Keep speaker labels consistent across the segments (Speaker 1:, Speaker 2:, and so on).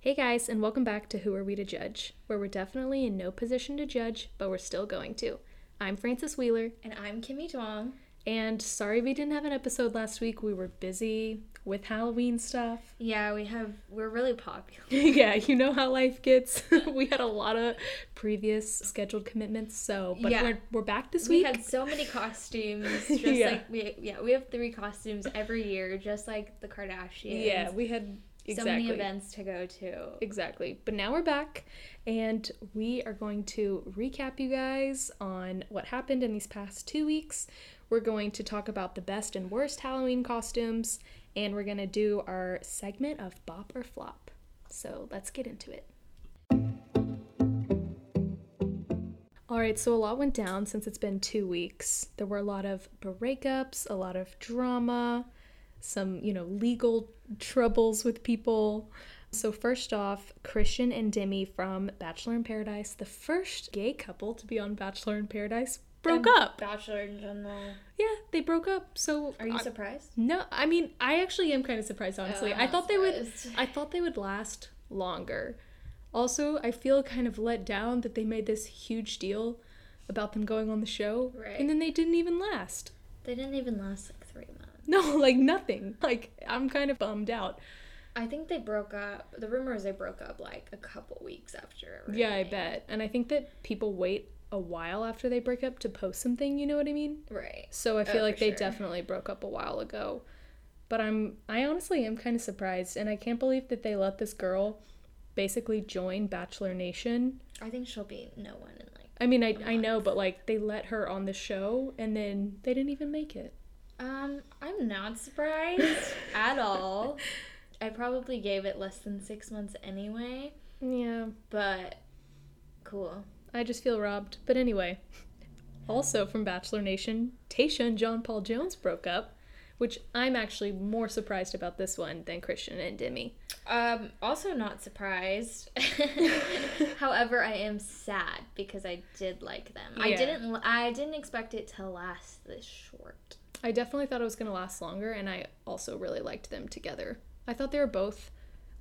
Speaker 1: Hey guys, and welcome back to Who Are We to Judge, where we're definitely in no position to judge, but we're still going to. I'm Frances Wheeler,
Speaker 2: And I'm Kimmy Duong.
Speaker 1: and sorry we didn't have an episode last week. We were busy with Halloween stuff.
Speaker 2: Yeah, we have we're really popular.
Speaker 1: yeah, you know how life gets. we had a lot of previous scheduled commitments, so but
Speaker 2: Yeah.
Speaker 1: we're, we're back this
Speaker 2: We
Speaker 1: week.
Speaker 2: had so many costumes, just
Speaker 1: Yeah.
Speaker 2: like we yeah, we have three costumes every year, just like the Kardashians.
Speaker 1: yeah, we had
Speaker 2: So
Speaker 1: exactly.
Speaker 2: many events to go to.
Speaker 1: Exactly. But now we're back and we are going to recap you guys on what happened in these past two weeks. We're going to talk about the best and worst Halloween costumes and we're going to do our segment of Bop or Flop. So let's get into it. All right, so a lot went down since it's been two weeks. There were a lot of breakups, a lot of drama, some, you know, legal troubles with people. So, first off, Christian and Demi from Bachelor in Paradise, the first gay couple to be on Bachelor in Paradise, broke
Speaker 2: And
Speaker 1: up.
Speaker 2: Bachelor in general.
Speaker 1: Yeah, they broke up. So,
Speaker 2: Are you
Speaker 1: I-
Speaker 2: surprised?
Speaker 1: no, I mean, I actually am kind of surprised, honestly.
Speaker 2: Oh,
Speaker 1: I
Speaker 2: I'm
Speaker 1: thought they would.
Speaker 2: surprised.
Speaker 1: I thought they would last longer. Also, I feel kind of let down that they made this huge deal about them going on the show,
Speaker 2: Right.
Speaker 1: and then they didn't even last.
Speaker 2: They didn't even last like three months.
Speaker 1: No, like nothing. Like I'm kind of bummed out.
Speaker 2: I think they broke up. The rumor is they broke up like a couple weeks after.
Speaker 1: Yeah, I
Speaker 2: everything.
Speaker 1: bet. And I think that people wait a while after they break up to post something. You know what I mean?
Speaker 2: Right.
Speaker 1: So I feel
Speaker 2: Oh, for
Speaker 1: like they
Speaker 2: sure.
Speaker 1: definitely broke up a while ago. But I'm I honestly am kind of surprised and I can't believe that they let this girl basically join Bachelor Nation.
Speaker 2: I think she'll be no one in like
Speaker 1: I mean, I I know, but like they let her on the show and then they didn't even make it.
Speaker 2: Um, I'm not surprised at all. I probably gave it less than six months anyway,
Speaker 1: Yeah.
Speaker 2: but cool.
Speaker 1: I just feel robbed. But anyway, also from Bachelor Nation, Tasha and John Paul Jones broke up, which I'm actually more surprised about this one than Christian and Demi.
Speaker 2: Um, also not surprised. However, I am sad because I did like them. I
Speaker 1: Yeah.
Speaker 2: didn't. I didn't expect it to last this short.
Speaker 1: I definitely thought it was going to last longer, and I also really liked them together. I thought they were both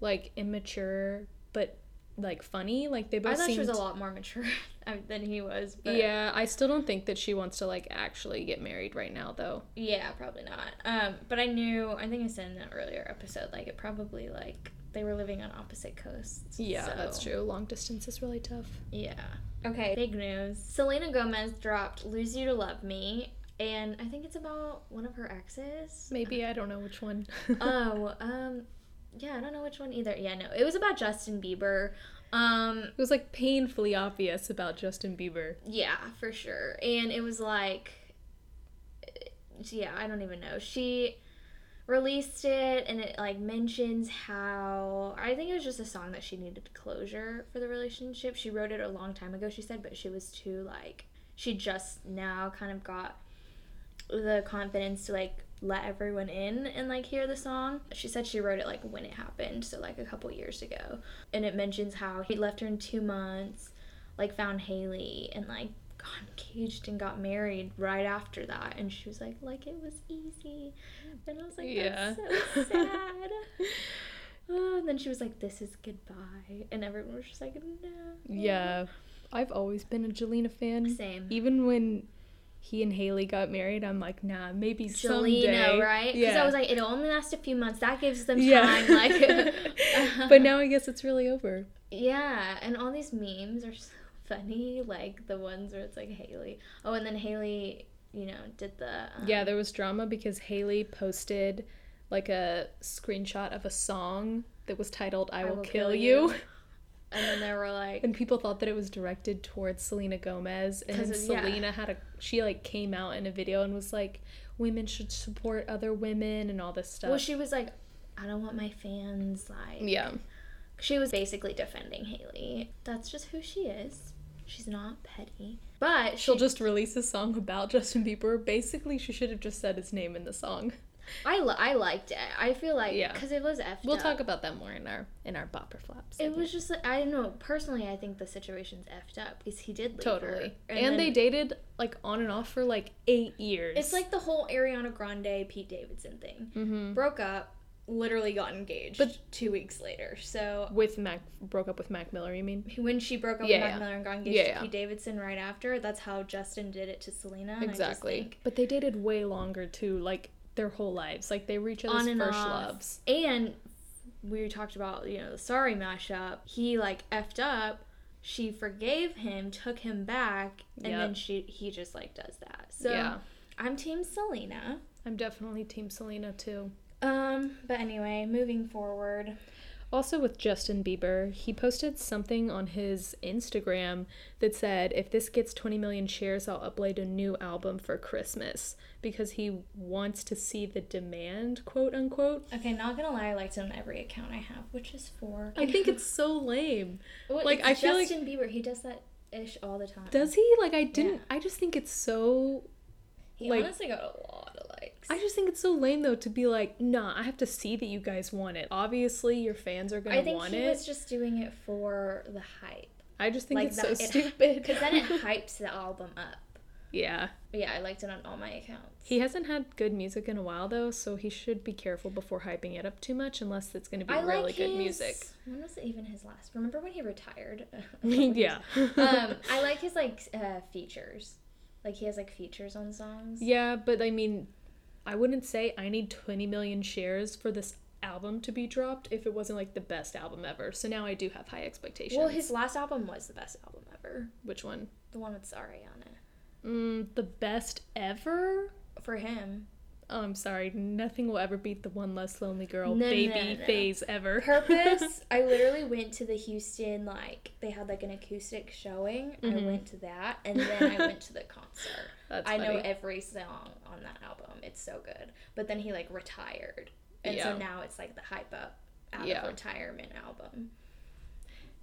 Speaker 1: like immature, but like funny. Like they both
Speaker 2: I thought
Speaker 1: seemed.
Speaker 2: she was a lot more mature than he was. But yeah,
Speaker 1: Yeah, I still don't think that she wants to like actually get married right now, though.
Speaker 2: yeah, probably not. Um, but I knew. I think I said in an earlier episode, like it probably like they were living on opposite coasts.
Speaker 1: Yeah, that's
Speaker 2: so-
Speaker 1: true. Long distance is really tough.
Speaker 2: Yeah. Okay, big news. Selena Gomez dropped Lose You to Love Me, and I think it's about one of her exes.
Speaker 1: Maybe I don't know which one.
Speaker 2: Oh, um, yeah, I don't know which one either. Yeah, no, it was about Justin Bieber. Um,
Speaker 1: It was like painfully obvious about Justin Bieber.
Speaker 2: yeah, for sure. And it was like, yeah, I don't even know. She released it and it like mentions how I think it was just a song that she needed closure for the relationship. She wrote it a long time ago, she said, but she was too like she just now kind of got the confidence to like let everyone in and like hear the song. She said she wrote it like when it happened, so like a couple years ago. And it mentions how he left her in 2 months, like found Haley and like got engaged and got married right after that and she was like like it was easy. And I was like
Speaker 1: Yeah.
Speaker 2: that's so sad. Oh, and then she was like, "This is goodbye," and everyone was just like, "No."
Speaker 1: Yeah. I've always been a Jelena fan.
Speaker 2: Mm. Same.
Speaker 1: Even when he and Haley got married, I'm like, nah, maybe someday.
Speaker 2: Jelena, right? Because
Speaker 1: Yeah.
Speaker 2: I was like, it'll only last a few months. That gives them time.
Speaker 1: yeah.
Speaker 2: Like,
Speaker 1: but now I guess it's really over.
Speaker 2: yeah, and all these memes are so funny. Like the ones where it's like Haley. Oh, and then Haley, you know, did the um,
Speaker 1: Yeah, there was drama because Haley posted like a screenshot of a song that was titled "I, Will, Kill, You,",
Speaker 2: and then they were like,
Speaker 1: and people thought that it was directed towards Selena Gomez. And
Speaker 2: 'Cause
Speaker 1: then
Speaker 2: of- yeah.
Speaker 1: Selena had a she like came out in a video and was like, "Women should support other women" and all this stuff.
Speaker 2: well, she was like, "I don't want my fans like."
Speaker 1: yeah,
Speaker 2: She was basically defending Haley. That's just who she is. She's not petty, but
Speaker 1: she'll
Speaker 2: she'll.
Speaker 1: just release a song about Justin Bieber. Basically, she should have just said his name in the song.
Speaker 2: I, li- I liked it. I feel like
Speaker 1: Yeah.
Speaker 2: because it was effed
Speaker 1: We'll
Speaker 2: up.
Speaker 1: talk about that more in our in our bopper flaps.
Speaker 2: It was just like I don't know. Personally, I think the situation's effed up because he did leave her.
Speaker 1: totally, and,
Speaker 2: then
Speaker 1: they dated like on and off for like eight years.
Speaker 2: It's like the whole Ariana Grande Pete Davidson thing.
Speaker 1: Mhm.
Speaker 2: Broke up, literally got engaged
Speaker 1: But-
Speaker 2: two weeks later. So
Speaker 1: With Mac broke up with Mac Miller, you mean?
Speaker 2: when she broke up
Speaker 1: Yeah,
Speaker 2: with
Speaker 1: yeah.
Speaker 2: Mac Miller and got engaged
Speaker 1: Yeah,
Speaker 2: to
Speaker 1: yeah.
Speaker 2: Pete Davidson right after, that's how Justin did it to Selena. and I just
Speaker 1: Exactly.
Speaker 2: think-
Speaker 1: But they dated way longer too, like their whole lives. Like they were each other's
Speaker 2: on and
Speaker 1: first
Speaker 2: off.
Speaker 1: loves.
Speaker 2: And we talked about, you know, the sorry mashup. He like effed up. She forgave him, took him back, and
Speaker 1: Yep.
Speaker 2: then she he just like does that. So
Speaker 1: Yeah.
Speaker 2: I'm team Selena.
Speaker 1: I'm definitely Team Selena too.
Speaker 2: Um, but anyway, moving forward.
Speaker 1: Also, with Justin Bieber, he posted something on his Instagram that said, if this gets 20 million shares, I'll upload a new album for Christmas because he wants to see the demand, quote unquote.
Speaker 2: Okay, not gonna lie, I liked it on every account I have, which is four.
Speaker 1: I think it's so lame.
Speaker 2: Well,
Speaker 1: like,
Speaker 2: it's
Speaker 1: I feel like-
Speaker 2: Justin Bieber, he does that ish all the time.
Speaker 1: Does he? Like, I didn't.
Speaker 2: Yeah.
Speaker 1: I just think it's so.
Speaker 2: he
Speaker 1: like-
Speaker 2: honestly got a lot of likes.
Speaker 1: I just think it's so lame, though, to be like, nah, I have to see that you guys want it. Obviously, your fans are going
Speaker 2: I
Speaker 1: to
Speaker 2: think
Speaker 1: want
Speaker 2: he
Speaker 1: it.
Speaker 2: was just doing it for the hype.
Speaker 1: I just think
Speaker 2: like
Speaker 1: it's
Speaker 2: that,
Speaker 1: so stupid.
Speaker 2: Because then it hypes the album up.
Speaker 1: yeah.
Speaker 2: Yeah, I liked it on all my accounts.
Speaker 1: He hasn't had good music in a while though, so he should be careful before hyping it up too much unless it's going to be
Speaker 2: I like
Speaker 1: really good
Speaker 2: his-
Speaker 1: music.
Speaker 2: When was it even his last? Remember when he retired?
Speaker 1: yeah.
Speaker 2: um, I like his like uh, features. Like he has like features on songs.
Speaker 1: yeah, but I mean I wouldn't say I need 20 million shares for this album to be dropped if it wasn't like the best album ever. So now I do have high expectations.
Speaker 2: Well, his last album was the best album ever.
Speaker 1: Which one?
Speaker 2: The one with Sorry on it.
Speaker 1: Mm, the best ever?
Speaker 2: For him,
Speaker 1: Oh, I'm sorry. Nothing will ever beat the one less lonely girl
Speaker 2: No, no,
Speaker 1: baby
Speaker 2: no, no.
Speaker 1: phase ever.
Speaker 2: Purpose. I literally went to the Houston like they had like an acoustic showing.
Speaker 1: Mm-hmm.
Speaker 2: I went to that, and then I went to the concert.
Speaker 1: That's
Speaker 2: I know
Speaker 1: funny.
Speaker 2: every song on that album. It's so good. But then he like retired, and
Speaker 1: Yeah.
Speaker 2: so now it's like the hype up out
Speaker 1: Yeah.
Speaker 2: of retirement album.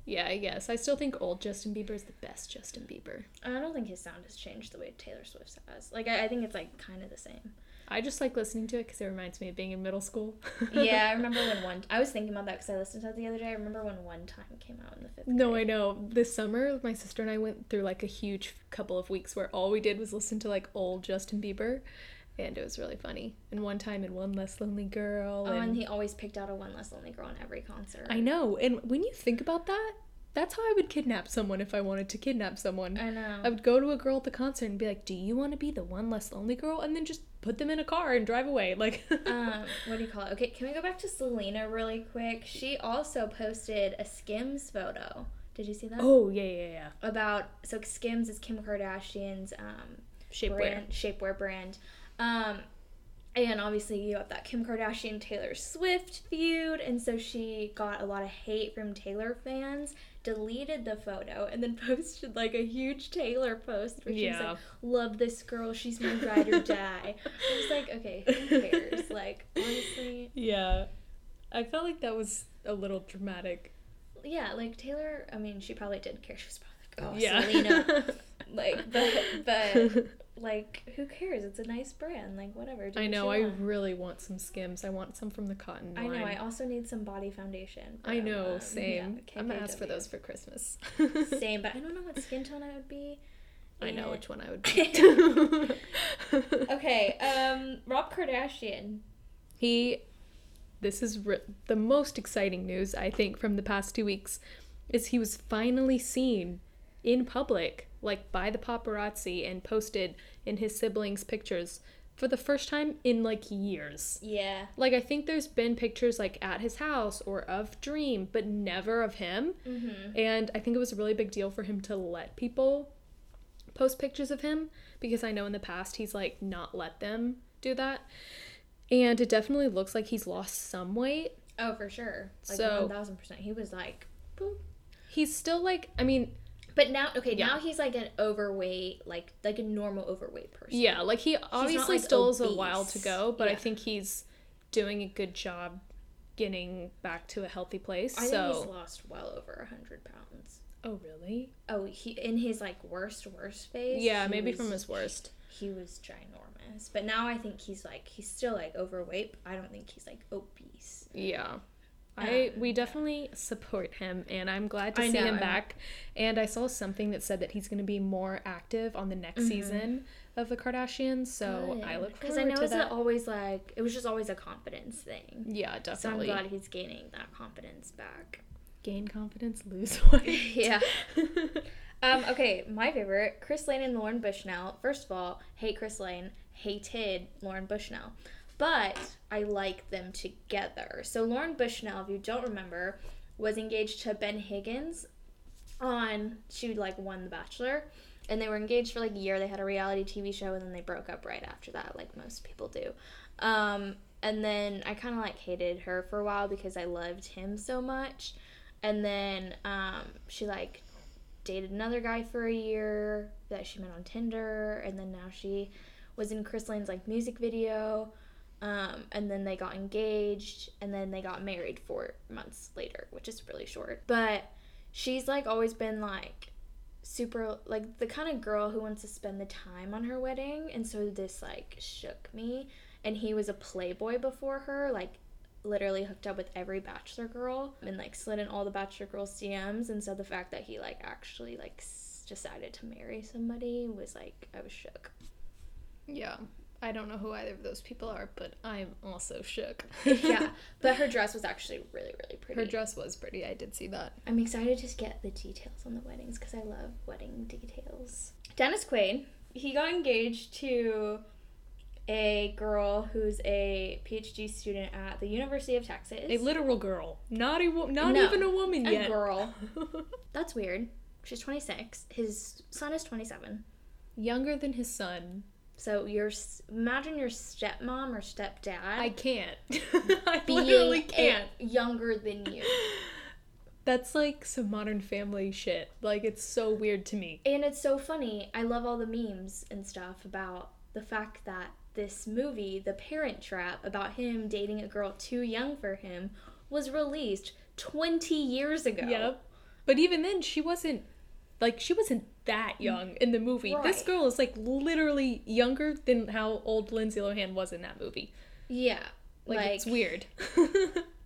Speaker 1: Yeah, I guess. I still think old Justin Bieber is the best Justin Bieber.
Speaker 2: I don't think his sound has changed the way Taylor Swift's has. Like I, I think it's like kind of the same.
Speaker 1: I just like listening to it because it reminds me of being in middle school.
Speaker 2: yeah, I remember when one. I was thinking about that because I listened to it the other day. I remember when one time came out in the fifth.
Speaker 1: No, I know. This summer, my sister and I went through like a huge couple of weeks where all we did was listen to like old Justin Bieber, and it was really funny. And one time in One Less Lonely Girl,
Speaker 2: Oh,
Speaker 1: and
Speaker 2: and he always picked out a one less lonely girl in every concert.
Speaker 1: I know. And when you think about that, that's how I would kidnap someone if I wanted to kidnap someone.
Speaker 2: I know.
Speaker 1: I would go to a girl at the concert and be like, "Do you want to be the one less lonely girl?" And then just put them in a car and drive away. Like,
Speaker 2: um, what do you call it? Okay, can we go back to Selena really quick? She also posted a Skims photo. Did you see that?
Speaker 1: oh yeah, yeah, yeah.
Speaker 2: About so Skims is Kim Kardashian's um,
Speaker 1: Shapewear.
Speaker 2: brand shapewear brand, um, and obviously you have that Kim Kardashian Taylor Swift feud, and so she got a lot of hate from Taylor fans. Deleted the photo and then posted like a huge Taylor post where she
Speaker 1: Yeah.
Speaker 2: was like, "Love this girl, she's my ride or die." I was like, "Okay, who cares?" Like honestly,
Speaker 1: Yeah. I felt like that was a little dramatic.
Speaker 2: yeah, like Taylor. I mean, she probably did care. She was probably like, "Oh,
Speaker 1: yeah.
Speaker 2: Selena." Uh, like, but but like, who cares? It's a nice brand. Like, whatever. do
Speaker 1: I
Speaker 2: what
Speaker 1: know, I
Speaker 2: you want.
Speaker 1: really want some skims. I want some from the cotton
Speaker 2: I
Speaker 1: line.
Speaker 2: know. I also need some body foundation.
Speaker 1: I
Speaker 2: from,
Speaker 1: know,
Speaker 2: um,
Speaker 1: same.
Speaker 2: yeah,
Speaker 1: I'm gonna ask for
Speaker 2: KKW.
Speaker 1: those for Christmas.
Speaker 2: Same, but I don't know what skin tone I would be.
Speaker 1: I know
Speaker 2: and-
Speaker 1: which one I would be.
Speaker 2: Okay, um, Rob Kardashian.
Speaker 1: He, this is re- the most exciting news, I think, from the past two weeks, is he was finally seen in public, like by the paparazzi, and posted in his siblings' pictures for the first time in like years.
Speaker 2: Yeah.
Speaker 1: Like, I think there's been pictures like at his house or of Dream, but never of him.
Speaker 2: Mm-hmm.
Speaker 1: And I think it was a really big deal for him to let people post pictures of him because I know in the past he's like not let them do that. And it definitely looks like he's lost some weight.
Speaker 2: Oh, for sure. Like
Speaker 1: So-
Speaker 2: one thousand percent. He was like, boop.
Speaker 1: He's still like, I mean,
Speaker 2: But now, okay,
Speaker 1: Yeah.
Speaker 2: now he's like an overweight, like like a normal overweight person.
Speaker 1: yeah, like he obviously
Speaker 2: like,
Speaker 1: still has a while to
Speaker 2: obese.
Speaker 1: go, but I
Speaker 2: Yeah.
Speaker 1: think he's doing a good job getting back to a healthy place.
Speaker 2: I
Speaker 1: so,
Speaker 2: think he's lost well over hundred pounds.
Speaker 1: oh, really?
Speaker 2: Oh, he in his like worst worst phase.
Speaker 1: Yeah,
Speaker 2: he
Speaker 1: maybe
Speaker 2: was-
Speaker 1: from his worst.
Speaker 2: He was ginormous, but now I think he's like he's still like overweight. But I don't think he's like obese.
Speaker 1: Yeah. I we definitely support him, and I'm glad to
Speaker 2: Um, I
Speaker 1: see
Speaker 2: know,
Speaker 1: him
Speaker 2: I'm-
Speaker 1: back. And I saw something that said that he's going to be more active on the next
Speaker 2: Mm-hmm.
Speaker 1: season of the Kardashians. So I look forward
Speaker 2: because Oh, I know
Speaker 1: to
Speaker 2: it's
Speaker 1: that.
Speaker 2: always like it was just always a confidence thing.
Speaker 1: yeah,
Speaker 2: So I'm
Speaker 1: definitely.
Speaker 2: glad he's gaining that confidence back.
Speaker 1: Gain confidence, lose weight.
Speaker 2: yeah. Um, okay, my favorite, Chris Lane and Lauren Bushnell. First of all, hate Chris Lane, hated Lauren Bushnell. But I like them together. So Lauren Bushnell, if you don't remember, was engaged to Ben Higgins on she like won The Bachelor. And they were engaged for like a year. They had a reality TV show and then they broke up right after that, like most people do. Um, and then I kinda like hated her for a while because I loved him so much. And then um, she like dated another guy for a year that she met on Tinder, and then now she was in Chris Lane's like music video, um, and then they got engaged, and then they got married four months later, which is really short. But she's like always been like super like the kind of girl who wants to spend the time on her wedding, and so this like shook me. And he was a playboy before her, like literally hooked up with every bachelor girl and like slid in all the bachelor girls DMs and so the fact that he like actually like s- decided to marry somebody was like I was shook.
Speaker 1: yeah, I don't know who either of those people are, but I'm also shook.
Speaker 2: yeah, but her dress was actually really really pretty.
Speaker 1: her dress was pretty. I did see that.
Speaker 2: I'm excited to get the details on the weddings because I love wedding details. Dennis Quaid, he got engaged to a girl who's a PhD student at the University of Texas.
Speaker 1: A literal girl, not a wo- not
Speaker 2: No,
Speaker 1: even a woman
Speaker 2: a
Speaker 1: yet.
Speaker 2: girl. That's weird. She's 26. His son is 27.
Speaker 1: Younger than his son.
Speaker 2: So your s- imagine your stepmom or stepdad
Speaker 1: I can't. I literally
Speaker 2: a-
Speaker 1: can't.
Speaker 2: younger than you.
Speaker 1: That's like some modern family shit. Like it's so weird to me.
Speaker 2: And it's so funny. I love all the memes and stuff about the fact that this movie, The Parent Trap, about him dating a girl too young for him, was released 20 years ago.
Speaker 1: Yep. But even then she wasn't like she wasn't that young in the movie. This
Speaker 2: Right.
Speaker 1: girl is like literally younger than how old Lindsay Lohan was in that movie.
Speaker 2: Yeah.
Speaker 1: Like, it's weird.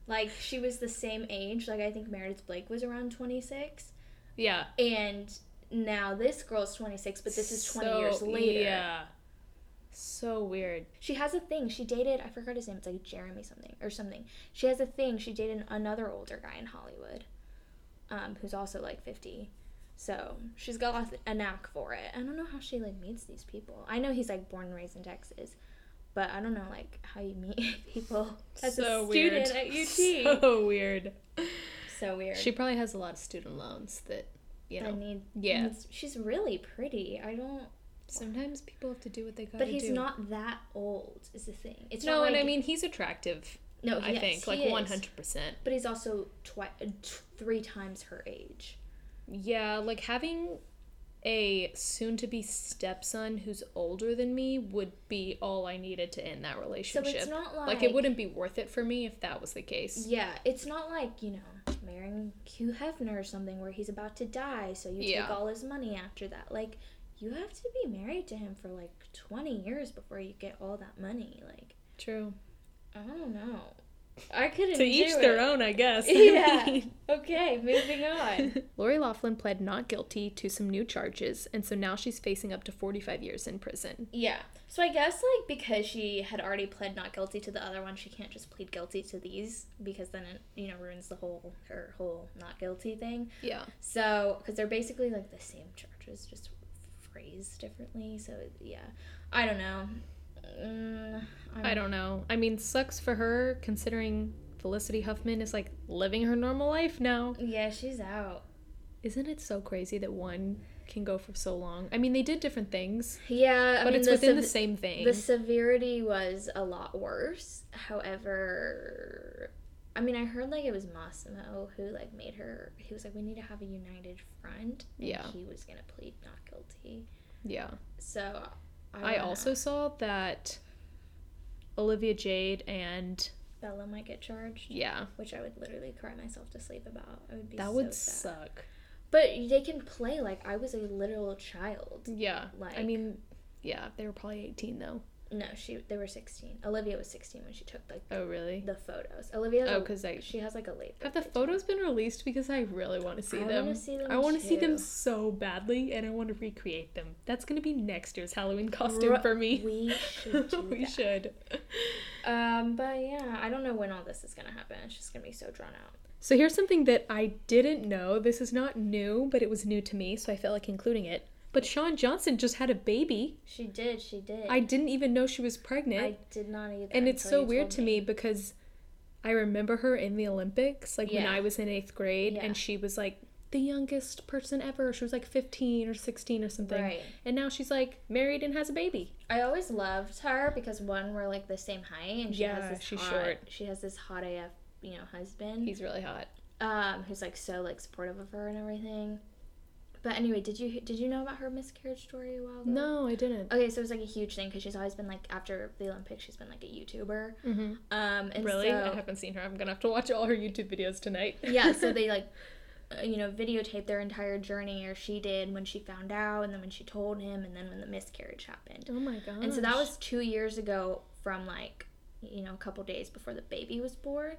Speaker 2: Like she was the same age. Like I think Meredith Blake was around 26.
Speaker 1: yeah.
Speaker 2: and now this girl's 26 but this is 20
Speaker 1: So-
Speaker 2: years later
Speaker 1: Yeah. So weird.
Speaker 2: she has a thing she dated i forgot his name it's like jeremy something or something she has a thing she dated another older guy in hollywood um, who's also like 50 so she's got a knack for it i don't know how she like meets these people i know he's like born and raised in texas but i don't know like how you meet people as
Speaker 1: so
Speaker 2: a student
Speaker 1: weird.
Speaker 2: at ut so,
Speaker 1: So weird.
Speaker 2: weird
Speaker 1: She probably has a lot of student loans that you
Speaker 2: I
Speaker 1: know.
Speaker 2: need
Speaker 1: Yeah.
Speaker 2: she's really pretty i don't
Speaker 1: Sometimes people have to do what they gotta
Speaker 2: But he's
Speaker 1: do.
Speaker 2: not that old, is the thing. It's
Speaker 1: No,
Speaker 2: not
Speaker 1: and
Speaker 2: like-
Speaker 1: I mean he's attractive.
Speaker 2: no,
Speaker 1: I
Speaker 2: yes,
Speaker 1: think
Speaker 2: he
Speaker 1: like
Speaker 2: is.
Speaker 1: one hundred percent.
Speaker 2: But he's also twi- uh, t- three times her age.
Speaker 1: Yeah, like having a soon-to-be stepson who's older than me would be all I needed to end that
Speaker 2: So
Speaker 1: relationship.
Speaker 2: it's not like,
Speaker 1: like, Mm. it wouldn't be worth it for me if that was the case.
Speaker 2: Yeah, it's not like you know marrying Hugh Hefner or something where he's about to die, so you
Speaker 1: Yeah.
Speaker 2: take all his money after that. Like you have to be married to him for like twenty years before you get all that money. Like
Speaker 1: True.
Speaker 2: I don't know. I couldn't.
Speaker 1: To each
Speaker 2: do
Speaker 1: their
Speaker 2: it.
Speaker 1: own, I guess. I
Speaker 2: Yeah.
Speaker 1: mean-
Speaker 2: okay, moving on.
Speaker 1: Lori Laughlin pled not guilty to some new charges, and so now she's facing up to 45 years in prison.
Speaker 2: Yeah. So I guess like because she had already pled not guilty to the other one, she can't just plead guilty to these because then it you know ruins the whole her whole not guilty thing.
Speaker 1: Yeah.
Speaker 2: So because they're basically like the same charges, just phrased differently. So yeah, I don't know. Mm,
Speaker 1: I don't know. I mean, sucks for her considering Felicity Huffman is like living her normal life now.
Speaker 2: Yeah, she's out.
Speaker 1: Isn't it so crazy that one can go for so long? I mean, they did different things,
Speaker 2: Yeah, I
Speaker 1: but
Speaker 2: mean,
Speaker 1: it's
Speaker 2: the
Speaker 1: within the
Speaker 2: sev-
Speaker 1: same thing.
Speaker 2: The severity was a lot worse. However, I mean, I heard like it was Massimo who like made her. He was like, "We need to have a united front." and
Speaker 1: Yeah.
Speaker 2: He was gonna plead not guilty.
Speaker 1: yeah.
Speaker 2: So.
Speaker 1: I
Speaker 2: don't
Speaker 1: also
Speaker 2: know.
Speaker 1: saw that Olivia Jade and
Speaker 2: Bella might get charged,
Speaker 1: yeah,
Speaker 2: which I would literally cry myself to sleep about. I would be
Speaker 1: that
Speaker 2: so
Speaker 1: would
Speaker 2: sad.
Speaker 1: suck.
Speaker 2: But they can play like I was a literal child.
Speaker 1: Yeah. I
Speaker 2: Like-
Speaker 1: mean, yeah, they were probably 18 though.
Speaker 2: No, she they were 16. Olivia was 16 when she took like
Speaker 1: Oh, really?
Speaker 2: the photos. Olivia
Speaker 1: Oh,
Speaker 2: has a-
Speaker 1: because I
Speaker 2: she has like a late
Speaker 1: have the
Speaker 2: birthday, too.
Speaker 1: photos been released because I really want to see
Speaker 2: I
Speaker 1: them.
Speaker 2: wanna see them
Speaker 1: I want to see them
Speaker 2: too.
Speaker 1: so badly, and I want to recreate them. That's gonna be next year's Halloween costume
Speaker 2: Ru-
Speaker 1: for me.
Speaker 2: We should do
Speaker 1: we
Speaker 2: that.
Speaker 1: should.
Speaker 2: Um, but yeah, I don't know when all this is gonna happen. It's just gonna be so drawn out.
Speaker 1: So here's something that I didn't know. This is not new, but it was new to me, so I felt like including it. But Sean Johnson just had a baby.
Speaker 2: She did. She did.
Speaker 1: I didn't even know she was pregnant.
Speaker 2: I did not either.
Speaker 1: and it's
Speaker 2: until
Speaker 1: so
Speaker 2: you
Speaker 1: weird
Speaker 2: told
Speaker 1: to me because I remember her in the Olympics, like when
Speaker 2: Yeah.
Speaker 1: I was in eighth grade,
Speaker 2: Yeah.
Speaker 1: and she was like the youngest person ever. She was like 15 or 16 or something.
Speaker 2: Right.
Speaker 1: And now she's like married and has a baby.
Speaker 2: I always loved her because one, we're like the same height, and she
Speaker 1: Yeah,
Speaker 2: has this
Speaker 1: she's
Speaker 2: hot,
Speaker 1: short.
Speaker 2: She has this hot AF, you know, husband.
Speaker 1: He's really hot.
Speaker 2: um, who's like so like supportive of her and everything. But anyway, did you did you know about her miscarriage story a while ago?
Speaker 1: No, I didn't.
Speaker 2: Okay, so it was like a huge thing because she's always been like after the Olympics, she's been like a YouTuber.
Speaker 1: Mhm.
Speaker 2: Um, and
Speaker 1: Really? I
Speaker 2: So,
Speaker 1: haven't seen her. I'm going to have to watch all her YouTube videos tonight.
Speaker 2: yeah, so they like, uh, you know, videotaped their entire journey, or she did when she found out, and then when she told him, and then when the miscarriage happened.
Speaker 1: oh my god.
Speaker 2: And so that was two years ago from like, you know, a couple days before the baby was born.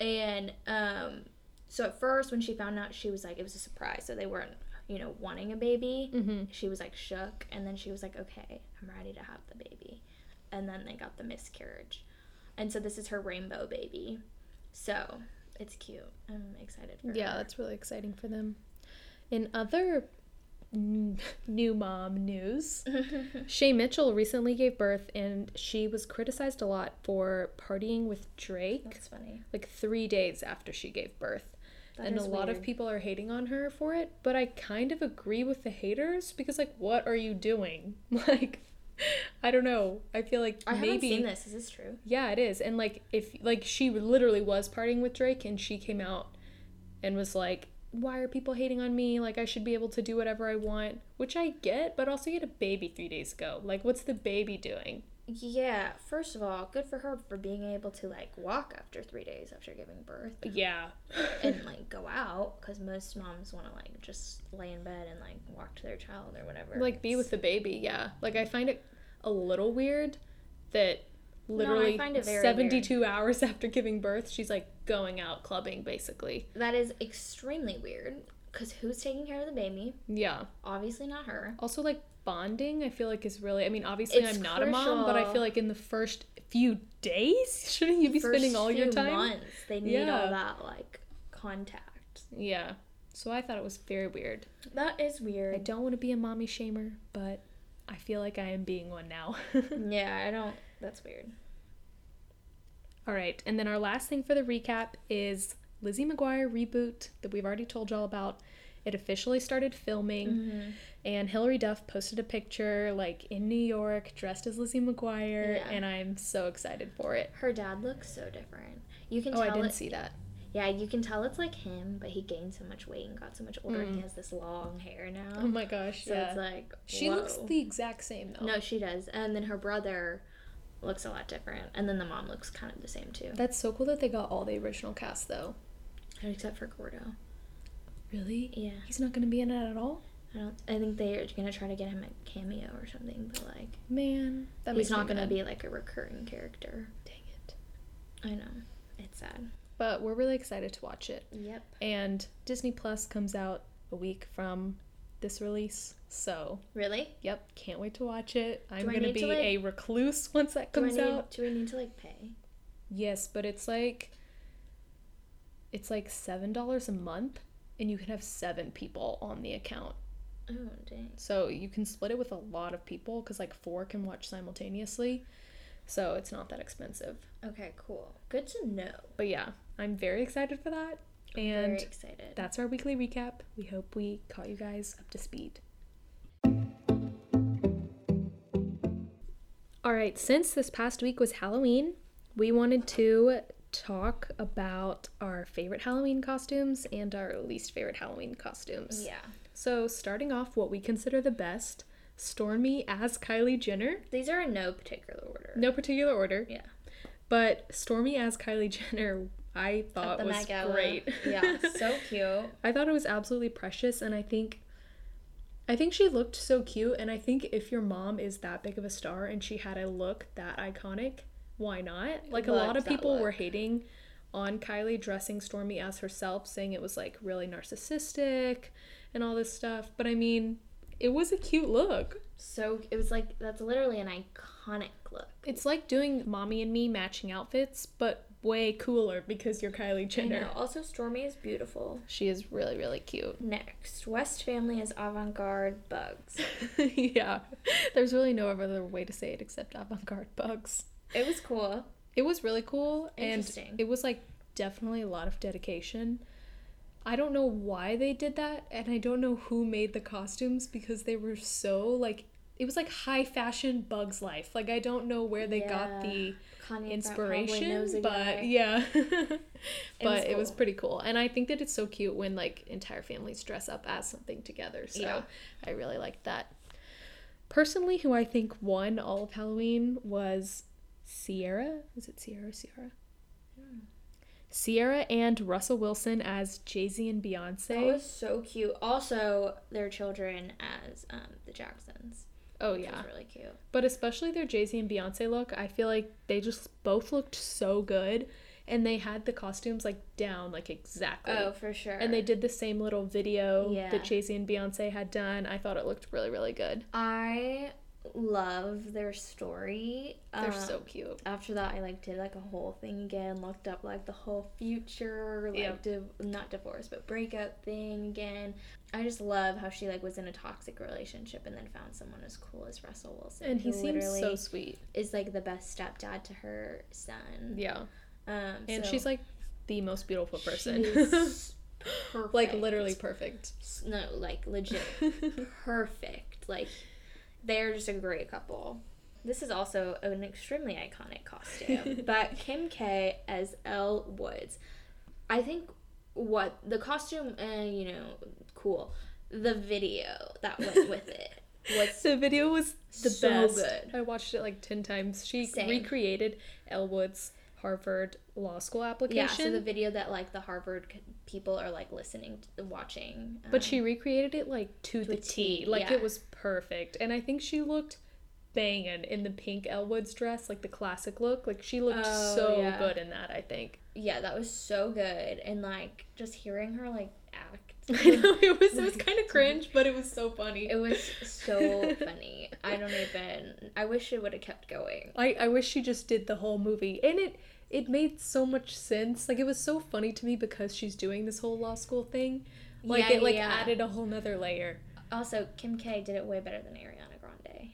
Speaker 2: And um, so at first, when she found out, she was like, it was a surprise. So they weren't, you know, wanting a baby.
Speaker 1: Mhm.
Speaker 2: She was like shook. And then she was like, okay, I'm ready to have the baby. And then they got the miscarriage. And so this is her rainbow baby. So it's cute. I'm excited for
Speaker 1: Yeah,
Speaker 2: her.
Speaker 1: that's really exciting for them. In other n- new mom news,
Speaker 2: Mm-hmm.
Speaker 1: Shay Mitchell recently gave birth and she was criticized a lot for partying with Drake
Speaker 2: That's funny.
Speaker 1: like three days after she gave birth.
Speaker 2: That
Speaker 1: and a
Speaker 2: is
Speaker 1: lot of
Speaker 2: weird.
Speaker 1: people are hating on her for it, but I kind of agree with the haters because, like, what are you doing? Like, I don't know. I feel like
Speaker 2: I haven't
Speaker 1: maybe
Speaker 2: seen this. Is this true?
Speaker 1: yeah, it is. And like if like she literally was partying with Drake and she came out and was like, "Why are people hating on me? Like I should be able to do whatever I want," which I get, but also you had a baby 3 days ago. Like what's the baby doing?
Speaker 2: Yeah, first of all, good for her for being able to like walk after three days after giving birth
Speaker 1: Yeah.
Speaker 2: and like go out because most moms want to like just lay in bed and like walk to their child or whatever.
Speaker 1: Like be with the baby, yeah. Like I find it a little weird that literally
Speaker 2: find it very
Speaker 1: 72 hours after giving birth, she's like going out clubbing basically.
Speaker 2: that is extremely weird because who's taking care of the baby?
Speaker 1: Yeah.
Speaker 2: Obviously, not her.
Speaker 1: also like bonding i feel like is really i mean obviously
Speaker 2: It's
Speaker 1: i'm not a mom but i
Speaker 2: crucial.
Speaker 1: feel like in the first few days shouldn't you be
Speaker 2: First
Speaker 1: spending all your
Speaker 2: few
Speaker 1: time
Speaker 2: months, they need
Speaker 1: Yeah.
Speaker 2: all that like contact.
Speaker 1: yeah so i thought it was very weird
Speaker 2: That is
Speaker 1: i
Speaker 2: weird.
Speaker 1: don't want to be a mommy shamer but i feel like i am being one now
Speaker 2: yeah, I don't. That's weird.
Speaker 1: all right and then our last thing for the recap is lizzie mcguire reboot that we've already told y'all about it officially started filming
Speaker 2: Mm-hmm.
Speaker 1: and hillary duff posted a picture like in new york dressed as lizzie mcguire
Speaker 2: Yeah.
Speaker 1: and i'm so excited for it
Speaker 2: Her dad looks so different. You can
Speaker 1: oh i
Speaker 2: tell
Speaker 1: didn't
Speaker 2: it,
Speaker 1: see that
Speaker 2: Yeah, you can tell it's like him, but he gained so much weight and got so much older, and he has this long hair now.
Speaker 1: Mm. Oh my gosh,
Speaker 2: so
Speaker 1: yeah.
Speaker 2: it's like
Speaker 1: she looks
Speaker 2: whoa.
Speaker 1: the exact same though.
Speaker 2: no, she does, and then her brother looks a lot different, and then the mom looks kind of the same too,
Speaker 1: That's so cool that they got all the original cast though.
Speaker 2: except for Gordo.
Speaker 1: Really?
Speaker 2: Yeah,
Speaker 1: He's not gonna be in it at all?
Speaker 2: I don't. I think they're gonna try to get him a cameo or something, but like
Speaker 1: Man, that makes
Speaker 2: he's not
Speaker 1: me
Speaker 2: gonna
Speaker 1: mad.
Speaker 2: be like a recurring character.
Speaker 1: Dang it.
Speaker 2: I know, it's sad.
Speaker 1: But we're really excited to watch it.
Speaker 2: Yep.
Speaker 1: And Disney Plus comes out a week from this release, so
Speaker 2: Really?
Speaker 1: yep, can't wait to watch it. I'm
Speaker 2: Do I
Speaker 1: gonna
Speaker 2: need
Speaker 1: be
Speaker 2: to, like-
Speaker 1: a recluse once that
Speaker 2: Do I
Speaker 1: comes
Speaker 2: need?
Speaker 1: out.
Speaker 2: Do we need to like pay?
Speaker 1: Yes, but it's like it's like seven dollars a month, and you can have seven people on the account.
Speaker 2: Oh dang.
Speaker 1: So you can split it with a lot of people because like four can watch simultaneously. So it's not that expensive.
Speaker 2: Okay, cool. Good to know.
Speaker 1: But yeah, I'm very excited for that.
Speaker 2: Very
Speaker 1: And
Speaker 2: excited.
Speaker 1: that's our weekly recap. We hope we caught you guys up to speed. All right, since this past week was Halloween, we wanted to talk about our favorite Halloween costumes and our least favorite Halloween costumes.
Speaker 2: yeah.
Speaker 1: So, starting off, what we consider the best Stormy as Kylie Jenner.
Speaker 2: These are in no particular order.
Speaker 1: No particular order,
Speaker 2: Yeah.
Speaker 1: but Stormy as Kylie Jenner, I thought was great.
Speaker 2: yeah, so cute.
Speaker 1: I thought it was absolutely precious, and I think I think she looked so cute, and I think if your mom is that big of a star and she had a look that iconic, why not? Like a lot
Speaker 2: Loved
Speaker 1: of
Speaker 2: that
Speaker 1: people were
Speaker 2: look.
Speaker 1: hating on Kylie dressing Stormy as herself, saying it was like really narcissistic and all this stuff. But I mean, it was a cute look.
Speaker 2: So it was like that's literally an iconic look.
Speaker 1: It's like doing mommy and me matching outfits, but way cooler because you're Kylie
Speaker 2: I
Speaker 1: Jenner.
Speaker 2: know. Also, Stormy is beautiful.
Speaker 1: She is really, really cute.
Speaker 2: Next, West family is avant-garde bugs.
Speaker 1: yeah. There's really no other way to say it except avant garde bugs.
Speaker 2: It was cool.
Speaker 1: It was really cool and
Speaker 2: Interesting.
Speaker 1: it was like definitely a lot of dedication. I don't know why they did that and I don't know who made the costumes because they were so like it was like high fashion bugs life. Like I don't know where they got
Speaker 2: Yeah.
Speaker 1: the
Speaker 2: Kanye
Speaker 1: inspiration, but yeah. but it was
Speaker 2: cool.
Speaker 1: pretty cool. And I think that it's so cute when like entire families dress up as something together. So
Speaker 2: Yeah.
Speaker 1: I really liked that. Personally, who I think won all of Halloween was Sierra. Is it Sierra or Sierra?
Speaker 2: Hmm.
Speaker 1: Sierra and Russell Wilson as Jay Z and
Speaker 2: that
Speaker 1: Beyonce.
Speaker 2: was so cute. Also, their children as um, the Jacksons.
Speaker 1: oh,
Speaker 2: Which
Speaker 1: yeah.
Speaker 2: was really cute.
Speaker 1: But especially their Jay Z and Beyonce look, I feel like they just both looked so good. And they had the costumes like down, like exactly.
Speaker 2: Oh, for sure.
Speaker 1: And they did the same little video
Speaker 2: Yeah.
Speaker 1: that Jay Z and Beyonce had done. I thought it looked really, really good.
Speaker 2: I love their story.
Speaker 1: They're
Speaker 2: Um,
Speaker 1: so cute.
Speaker 2: After that, I like did like a whole thing again. Looked up like the whole future, like
Speaker 1: Yep.
Speaker 2: div- not divorce, but breakup thing again. I just love how she like was in a toxic relationship and then found someone as cool as Russell Wilson,
Speaker 1: And he
Speaker 2: who
Speaker 1: seems so
Speaker 2: literally
Speaker 1: sweet.
Speaker 2: is like the best stepdad to her son.
Speaker 1: Yeah.
Speaker 2: Um,
Speaker 1: And
Speaker 2: so
Speaker 1: she's like the most beautiful person.
Speaker 2: she's
Speaker 1: like
Speaker 2: perfect.
Speaker 1: literally perfect.
Speaker 2: S- no, like legit perfect. Like they're just a great couple. This is also an extremely iconic costume. but Kim K as Elle Woods. I think what the costume, uh, you know, cool. The video that went with it was
Speaker 1: the video was the
Speaker 2: So
Speaker 1: best.
Speaker 2: good.
Speaker 1: I watched it like 10 times. She
Speaker 2: Same.
Speaker 1: recreated Elwood's Harvard Law School application.
Speaker 2: yeah. So the video that like the Harvard c- people are like listening, to, watching.
Speaker 1: But she recreated it like to, the
Speaker 2: a
Speaker 1: T.
Speaker 2: T,
Speaker 1: Like
Speaker 2: yeah.
Speaker 1: it was perfect. And I think she looked banging in the pink Elwood's dress, like the classic look. Like she looked
Speaker 2: Oh,
Speaker 1: so
Speaker 2: yeah.
Speaker 1: good in that, I think.
Speaker 2: yeah, that was so good, and like just hearing her like act.
Speaker 1: I know it was it was kind of cringe, but it was so funny.
Speaker 2: It was so funny. I don't even. I wish it would have kept going.
Speaker 1: I, I wish she just did the whole movie. And it it made so much sense. Like it was so funny to me because she's doing this whole law school thing. Like
Speaker 2: Yeah,
Speaker 1: it like
Speaker 2: yeah.
Speaker 1: added a whole nother layer.
Speaker 2: Also, Kim K did it way better than Ariana Grande.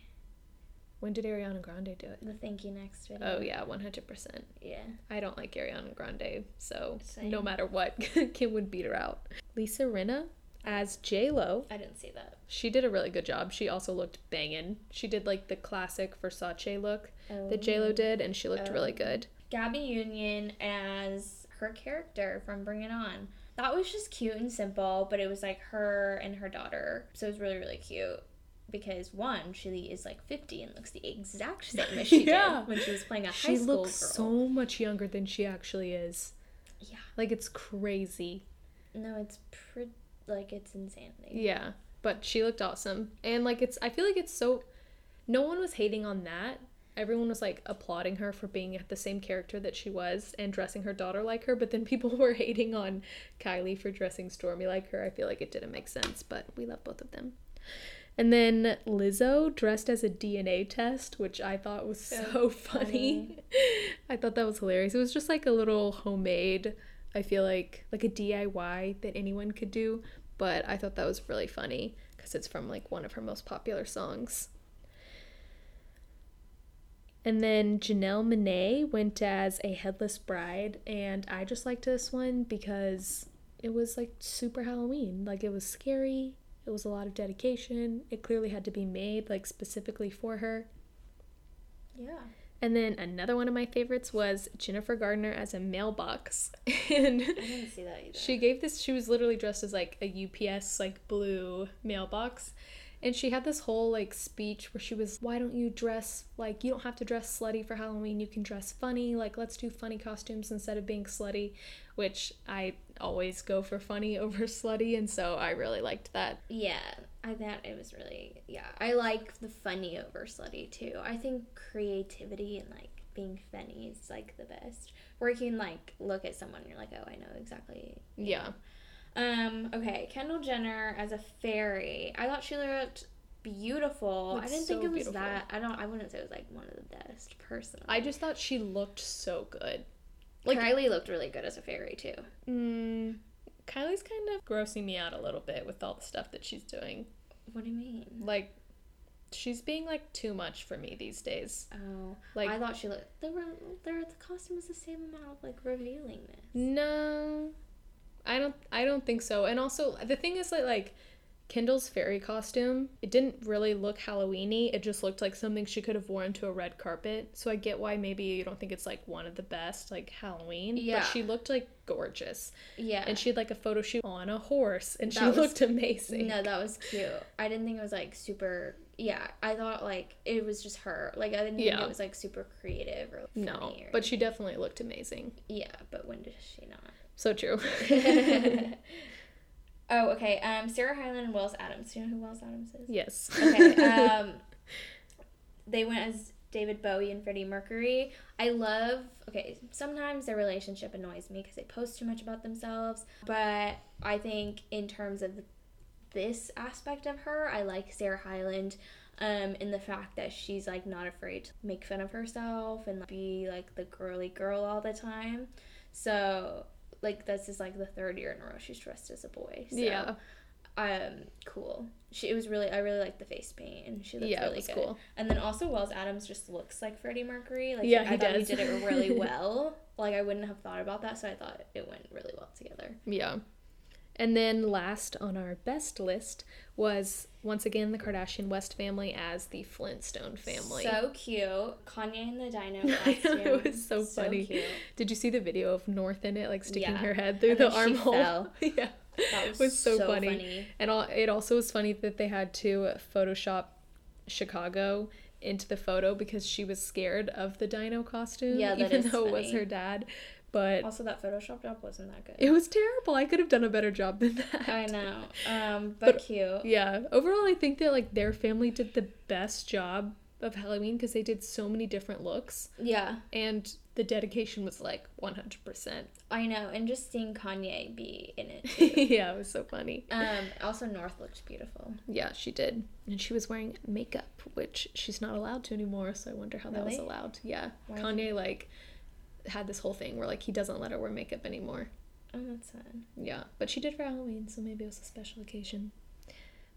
Speaker 1: When did Ariana Grande do it?
Speaker 2: The thank you next video.
Speaker 1: Oh yeah, one hundred percent.
Speaker 2: Yeah.
Speaker 1: I don't like Ariana Grande, so
Speaker 2: Same.
Speaker 1: no matter what, Kim would beat her out. Lisa Rinna as J Lo,
Speaker 2: I didn't see that.
Speaker 1: she did a really good job. She also looked banging. She did like the classic Versace look
Speaker 2: Oh.
Speaker 1: that J Lo did, and she looked
Speaker 2: Oh.
Speaker 1: really good.
Speaker 2: Gabby Union as her character from Bring It On. That was just cute and simple, but it was like her and her daughter. So it was really, really cute. Because one, she is like 50 and looks the exact same as she
Speaker 1: Yeah.
Speaker 2: did when she was playing a high
Speaker 1: She
Speaker 2: school
Speaker 1: looks
Speaker 2: girl.
Speaker 1: so much younger than she actually is.
Speaker 2: Yeah.
Speaker 1: Like it's crazy.
Speaker 2: No, it's pretty, like, it's insanity.
Speaker 1: Yeah, but she looked awesome, and like it's. I feel like it's so. No one was hating on that. Everyone was like applauding her for being the same character that she was and dressing her daughter like her, but then people were hating on Kylie for dressing Stormy like her. I feel like it didn't make sense, but we love both of them. And then Lizzo dressed as a DNA test, which I thought was so, funny. I thought that was hilarious. It was just like a little homemade, I feel like, like a DIY that anyone could do. But I thought that was really funny because it's from like one of her most popular songs. And then Janelle Monet went as a headless bride, and I just liked this one because it was like super Halloween. Like it was scary, it was a lot of dedication. It clearly had to be made like specifically for her.
Speaker 2: Yeah.
Speaker 1: And then another one of my favorites was Jennifer Gardner as a mailbox. And
Speaker 2: I didn't see that either.
Speaker 1: she gave this she was literally dressed as like a UPS like blue mailbox And she had this whole like speech where she was, Why don't you dress like you don't have to dress slutty for Halloween? You can dress funny. Like, let's do funny costumes instead of being slutty, which I always go for funny over slutty. And so I really liked that.
Speaker 2: Yeah, I thought it was really yeah. I like the funny over slutty too. I think creativity and like being funny is like the best. Where you can like look at someone and you're like, oh, I know exactly.
Speaker 1: Yeah.
Speaker 2: Um. Okay, Kendall Jenner as a fairy. I thought she looked beautiful.
Speaker 1: Looks
Speaker 2: I didn't
Speaker 1: so
Speaker 2: think it was
Speaker 1: beautiful.
Speaker 2: that. I don't. I wouldn't say it was like one of the best personally.
Speaker 1: I just thought she looked so good. like-
Speaker 2: like Kylie looked really good as a fairy too.
Speaker 1: Mm, Kylie's kind of grossing me out a little bit with all the stuff that she's doing.
Speaker 2: What do you mean?
Speaker 1: Like, she's being like too much for me these days.
Speaker 2: Oh,
Speaker 1: Like-
Speaker 2: I thought she looked. They were. They were the costume was the same amount of like revealingness.
Speaker 1: No, I don't. I don't think so. And also, the thing is that like Kendall's fairy costume, it didn't really look Halloweeny. It just looked like something she could have worn to a red carpet. So I get why maybe you don't think it's like one of the best like Halloween.
Speaker 2: Yeah.
Speaker 1: But she looked like gorgeous,
Speaker 2: Yeah.
Speaker 1: and she had like a photo shoot on a horse, and she
Speaker 2: That was-
Speaker 1: looked amazing.
Speaker 2: No, that was cute. I didn't think it was like super. Yeah, I thought like it was just her. Like I didn't think
Speaker 1: Yeah.
Speaker 2: it was like super creative or funny
Speaker 1: No,
Speaker 2: or-
Speaker 1: but she definitely looked amazing.
Speaker 2: yeah, but when does she not?
Speaker 1: So true.
Speaker 2: oh, okay. Um, Sarah Hyland and Wells Adams. Do you know who Wells Adams is?
Speaker 1: yes.
Speaker 2: Okay. Um, they went as David Bowie and Freddie Mercury. I love. Okay, sometimes their relationship annoys me because they post too much about themselves. But I think in terms of this aspect of her, I like Sarah Hyland. Um, in the fact that she's like not afraid to make fun of herself and be like the girly girl all the time, so like this is like the third year in a row she's dressed as a boy. So
Speaker 1: yeah.
Speaker 2: um cool she it was really i really liked the face paint and she looked
Speaker 1: Yeah, it
Speaker 2: really
Speaker 1: was
Speaker 2: good
Speaker 1: cool.
Speaker 2: and then also wells adams just looks like freddie mercury like
Speaker 1: Yeah,
Speaker 2: i
Speaker 1: he
Speaker 2: thought
Speaker 1: does.
Speaker 2: he did it really well like i wouldn't have thought about that so i thought it went really well together
Speaker 1: Yeah. And then last on our best list was once again the Kardashian West family as the Flintstone family.
Speaker 2: so cute kanye and the dino
Speaker 1: I know,
Speaker 2: costume.
Speaker 1: it was so funny.
Speaker 2: cute.
Speaker 1: Did you see the video of North in it, like sticking
Speaker 2: Yeah.
Speaker 1: her head through
Speaker 2: And
Speaker 1: the
Speaker 2: then she
Speaker 1: armhole?
Speaker 2: fell.
Speaker 1: yeah,
Speaker 2: that was,
Speaker 1: It was so
Speaker 2: so,
Speaker 1: funny.
Speaker 2: funny.
Speaker 1: and all, it also was funny that they had to Photoshop Chicago into the photo because she was scared of the Dino costume,
Speaker 2: Yeah, that
Speaker 1: even
Speaker 2: is
Speaker 1: though it was
Speaker 2: funny.
Speaker 1: her dad. But
Speaker 2: also that photoshop job wasn't that good
Speaker 1: it was terrible. I could have done a better job than that.
Speaker 2: i know um but,
Speaker 1: But-
Speaker 2: cute
Speaker 1: Yeah. Overall, I think that like their family did the best job of Halloween because they did so many different looks
Speaker 2: yeah
Speaker 1: and the dedication was like 100%.
Speaker 2: i know and just seeing kanye be in it
Speaker 1: yeah, it was so funny.
Speaker 2: um also north looked beautiful
Speaker 1: Yeah, she did. And she was wearing makeup, which she's not allowed to anymore, so I wonder how that was
Speaker 2: Really?
Speaker 1: allowed. Yeah.
Speaker 2: Why
Speaker 1: Kanye like had this whole thing where like he doesn't let her wear makeup anymore.
Speaker 2: oh that's fun
Speaker 1: Yeah, but she did for Halloween, so maybe it was a special occasion.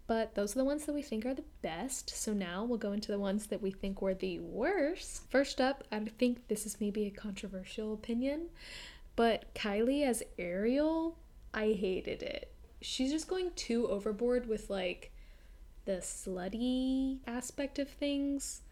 Speaker 1: But those are the ones that we think are the best. So now we'll go into the ones that we think were the worst. First up, I think this is maybe a controversial opinion, but Kylie as Ariel, I hated it. She's just going too overboard with like the slutty aspect of things.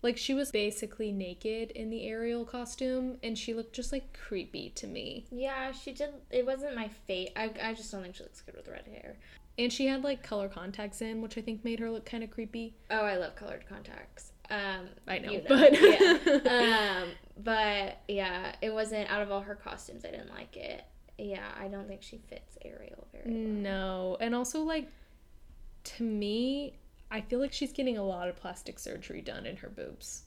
Speaker 1: Like she was basically naked in the Ariel costume and she looked just like creepy to me.
Speaker 2: Yeah, she did. It wasn't my fate. I, I just don't think she looks good with red hair.
Speaker 1: And she had like color contacts in, which I think made her look kind of creepy.
Speaker 2: Oh, I love colored contacts. Um,
Speaker 1: I know,
Speaker 2: you
Speaker 1: but
Speaker 2: yeah. um, but yeah, it wasn't out of all her costumes. I didn't like it. Yeah, I don't think she fits Ariel very.
Speaker 1: Mm. no. And also, like, to me, I feel like she's getting a lot of plastic surgery done in her boobs.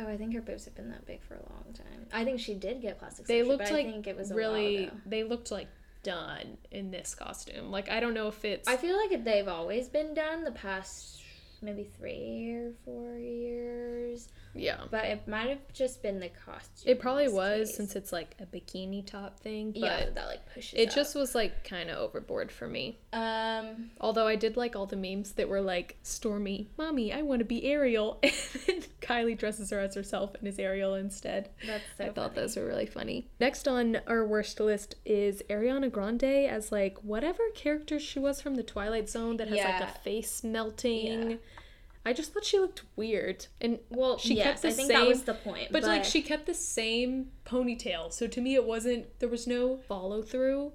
Speaker 2: Oh, I think her boobs have been that big for a long time. I think she did get plastic
Speaker 1: They
Speaker 2: surgery.
Speaker 1: looked
Speaker 2: but
Speaker 1: like
Speaker 2: I think it was A
Speaker 1: really,
Speaker 2: while ago.
Speaker 1: they looked like done in this costume. Like, I don't know if it's.
Speaker 2: I feel like they've always been done the past maybe three or four years,
Speaker 1: yeah.
Speaker 2: but it might have just been the costume.
Speaker 1: It probably
Speaker 2: in this
Speaker 1: was
Speaker 2: case.
Speaker 1: since it's like a bikini top thing, but
Speaker 2: yeah, that like pushes.
Speaker 1: it
Speaker 2: up.
Speaker 1: just was like kind of overboard for me.
Speaker 2: Um,
Speaker 1: Although I did like all the memes that were like, Stormy, Mommy, I want to be Ariel. And then Kylie dresses her as herself and is Ariel instead.
Speaker 2: that's so
Speaker 1: I thought
Speaker 2: funny.
Speaker 1: those were really funny. Next on our worst list is Ariana Grande as like whatever character she was from the Twilight Zone that has like
Speaker 2: Yeah.
Speaker 1: a face melting.
Speaker 2: Yeah.
Speaker 1: I just thought she looked weird. And
Speaker 2: Well,
Speaker 1: she
Speaker 2: yes,
Speaker 1: kept the
Speaker 2: I think
Speaker 1: same
Speaker 2: that was the point.
Speaker 1: but, like she kept the same ponytail. So to me it wasn't there was no follow through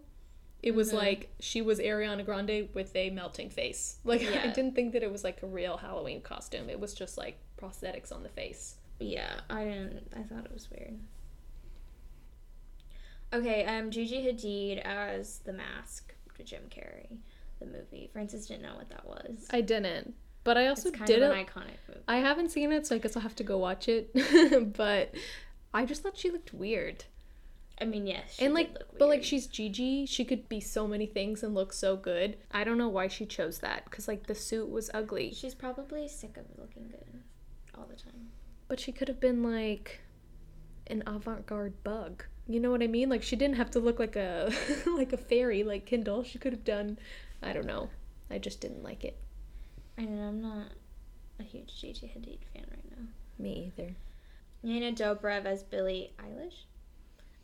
Speaker 1: It was like she was Ariana Grande with a melting face. Like I
Speaker 2: Yeah.
Speaker 1: didn't think that it was like a real Halloween costume. It was just like prosthetics on the face.
Speaker 2: Yeah, I didn't. I thought it was weird. Okay, um, Gigi Hadid as the mask to Jim Carrey, the movie. Francis didn't know what that was.
Speaker 1: I didn't. But I also
Speaker 2: It's kind
Speaker 1: didn't
Speaker 2: of an iconic movie.
Speaker 1: I haven't seen it, so I guess I'll have to go watch it. but I just thought she looked weird.
Speaker 2: I mean, yes, she
Speaker 1: and
Speaker 2: did
Speaker 1: like
Speaker 2: look
Speaker 1: but like
Speaker 2: weird.
Speaker 1: she's Gigi, she could be so many things and look so good. I don't know why she chose that cuz like the suit was ugly.
Speaker 2: she's probably sick of looking good all the time.
Speaker 1: But she could have been like an avant-garde bug. You know what I mean? Like she didn't have to look like a like a fairy like Kindle. She could have done I don't know. I just didn't like it.
Speaker 2: I mean, I'm not a huge Gigi Hadid fan right now.
Speaker 1: Me either.
Speaker 2: Nina Dobrev as Billie Eilish.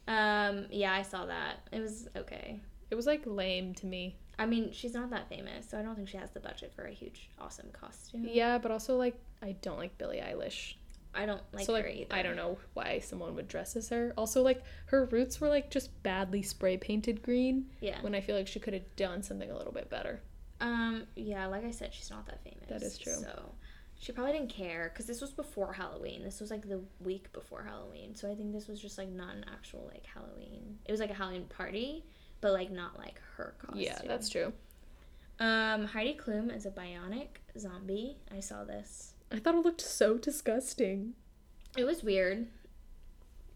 Speaker 2: Um, yeah, I saw that. It was okay.
Speaker 1: It was like lame to me.
Speaker 2: I mean, she's not that famous, so I don't think she has the budget for a huge, awesome costume.
Speaker 1: Yeah, but also like I don't like Billie Eilish.
Speaker 2: I don't like
Speaker 1: so like
Speaker 2: her either.
Speaker 1: I don't know why someone would dress as her. Also like her roots were like just badly spray painted green
Speaker 2: Yeah.
Speaker 1: when I feel like she could have done something a little bit better.
Speaker 2: Um. Yeah. Like I said, she's not that famous.
Speaker 1: That is true.
Speaker 2: So she probably didn't care because this was before Halloween. This was like the week before Halloween. So I think this was just like not an actual like Halloween. It was like a Halloween party, but like not like her costume.
Speaker 1: Yeah, that's true.
Speaker 2: Um. Heidi Klum is a bionic zombie. I saw this.
Speaker 1: I thought it looked so disgusting.
Speaker 2: It was weird.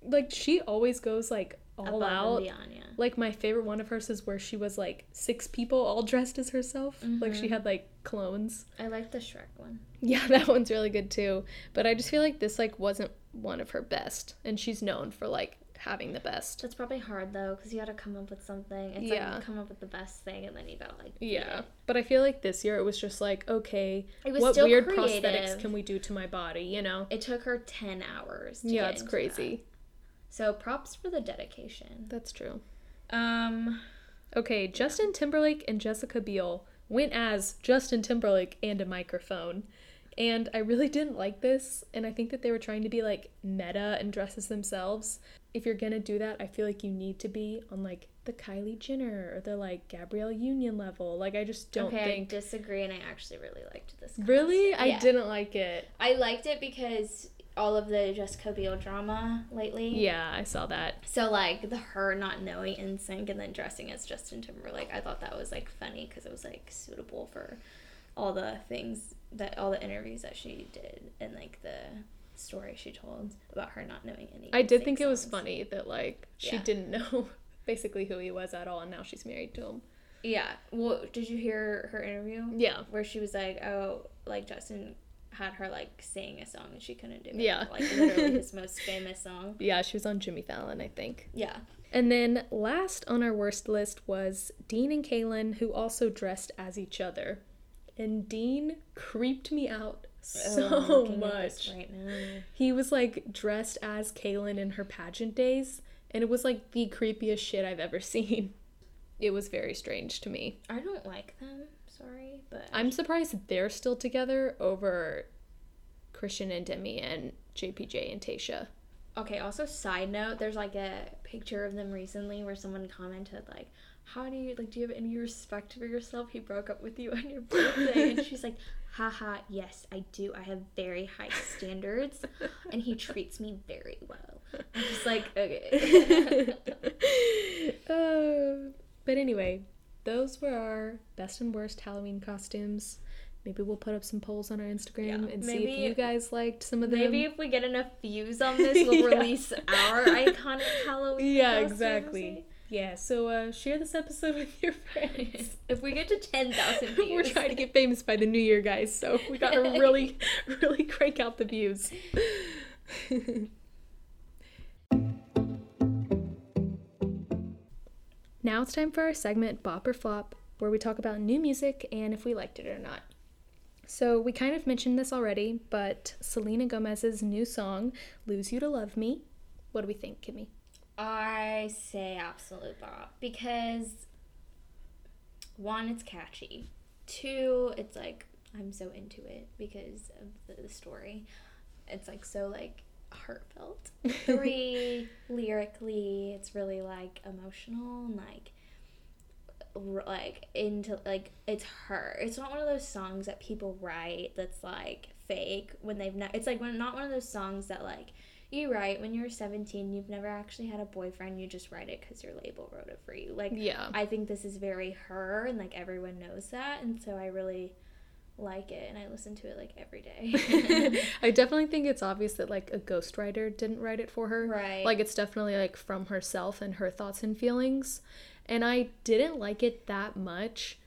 Speaker 1: Like she always goes like all
Speaker 2: Above
Speaker 1: out.
Speaker 2: and beyond. Yeah.
Speaker 1: Like my favorite one of hers is where she was like six people all dressed as herself. Like she had like clones.
Speaker 2: I like the Shrek one.
Speaker 1: Mm-hmm. Yeah, that one's really good too. But I just feel like this like wasn't one of her best, and she's known for like having the best.
Speaker 2: That's probably hard though, because you got to come up with something. It's
Speaker 1: Yeah.
Speaker 2: like you come up with the best thing, and then you gotta like. beat
Speaker 1: Yeah,
Speaker 2: it.
Speaker 1: but I feel like this year it was just like, okay,
Speaker 2: It was
Speaker 1: what
Speaker 2: still
Speaker 1: weird prosthetics
Speaker 2: creative.
Speaker 1: can we do to my body? You know?
Speaker 2: It took her 10 hours. To
Speaker 1: yeah,
Speaker 2: get
Speaker 1: it's
Speaker 2: into
Speaker 1: crazy.
Speaker 2: that. So props for the dedication.
Speaker 1: That's true.
Speaker 2: Um,
Speaker 1: Okay, Justin Timberlake and Jessica Biel went as Justin Timberlake and a microphone. And I really didn't like this. And I think that they were trying to be like meta and dress as themselves. If you're gonna do that, I feel like you need to be on like the Kylie Jenner or the like Gabrielle Union level. Like, I just don't
Speaker 2: okay,
Speaker 1: think.
Speaker 2: I disagree, and I actually really liked this.
Speaker 1: really?
Speaker 2: costume.
Speaker 1: I
Speaker 2: Yeah.
Speaker 1: didn't like it.
Speaker 2: I liked it because all of the Jessica Biel drama lately.
Speaker 1: Yeah, I saw that.
Speaker 2: So like the her not knowing NSYNC and then dressing as Justin Timberlake, I thought that was like funny because it was like suitable for all the things that all the interviews that she did and like the story she told about her not knowing any.
Speaker 1: I did think
Speaker 2: NSYNC
Speaker 1: it was
Speaker 2: songs.
Speaker 1: funny that like she
Speaker 2: Yeah.
Speaker 1: didn't know basically who he was at all and now she's married to him.
Speaker 2: Yeah. Well, did you hear her interview?
Speaker 1: Yeah.
Speaker 2: where she was like, "Oh, like Justin had her like sing a song and she couldn't do it."
Speaker 1: Yeah.
Speaker 2: like literally his most famous song.
Speaker 1: Yeah, she was on Jimmy Fallon, I think.
Speaker 2: Yeah,
Speaker 1: And then last on our worst list was Dean and Kaylin, who also dressed as each other. And Dean creeped me out
Speaker 2: Oh, I'm
Speaker 1: so
Speaker 2: looking at this
Speaker 1: much.
Speaker 2: right now.
Speaker 1: He was like dressed as Kaylin in her pageant days, and it was like the creepiest shit I've ever seen. It was very strange to me.
Speaker 2: I don't like them. Sorry, but
Speaker 1: I'm surprised they're still together over Christian and Demi and JPJ and Tasha.
Speaker 2: okay. Also, side note, there's like a picture of them recently where someone commented like. How do you like? Do you have any respect for yourself? He broke up with you on your birthday, and she's like, "Haha, yes, I do. I have very high standards, and he treats me very well." I'm just like, okay.
Speaker 1: Uh, but anyway, those were our best and worst Halloween costumes. Maybe we'll put up some polls on our Instagram
Speaker 2: Yeah.
Speaker 1: and see
Speaker 2: Maybe-
Speaker 1: if you guys liked some of them.
Speaker 2: Maybe if we get enough views on this, we'll
Speaker 1: Yeah.
Speaker 2: release our iconic Halloween.
Speaker 1: Yeah,
Speaker 2: costumes.
Speaker 1: exactly. Yeah, so uh, share this episode with your friends.
Speaker 2: If we get to ten thousand views,
Speaker 1: We're trying to get famous by the new year, guys, so we gotta really, really crank out the views. now it's time for our segment Bop or Flop, where we talk about new music and if we liked it or not. So we kind of mentioned this already, but Selena Gomez's new song, Lose You to Love Me, what do we think, Kimmy?
Speaker 2: I say absolute bop because one, it's catchy. Two, it's like I'm so into it because of the, the story. It's like so like heartfelt. Three, lyrically, it's really like emotional and like r- like into like it's her. It's not one of those songs that people write that's like fake when they've not. It's like when, not one of those songs that like you write when you're 17. You've never actually had a boyfriend. You just write it because your label wrote it for you. Like
Speaker 1: Yeah.
Speaker 2: I think this is very her, and like everyone knows that, and so I really like it, and I listen to it like every day.
Speaker 1: I definitely think it's obvious that like a ghostwriter didn't write it for her.
Speaker 2: Right.
Speaker 1: Like it's definitely like from herself and her thoughts and feelings. And I didn't like it that much.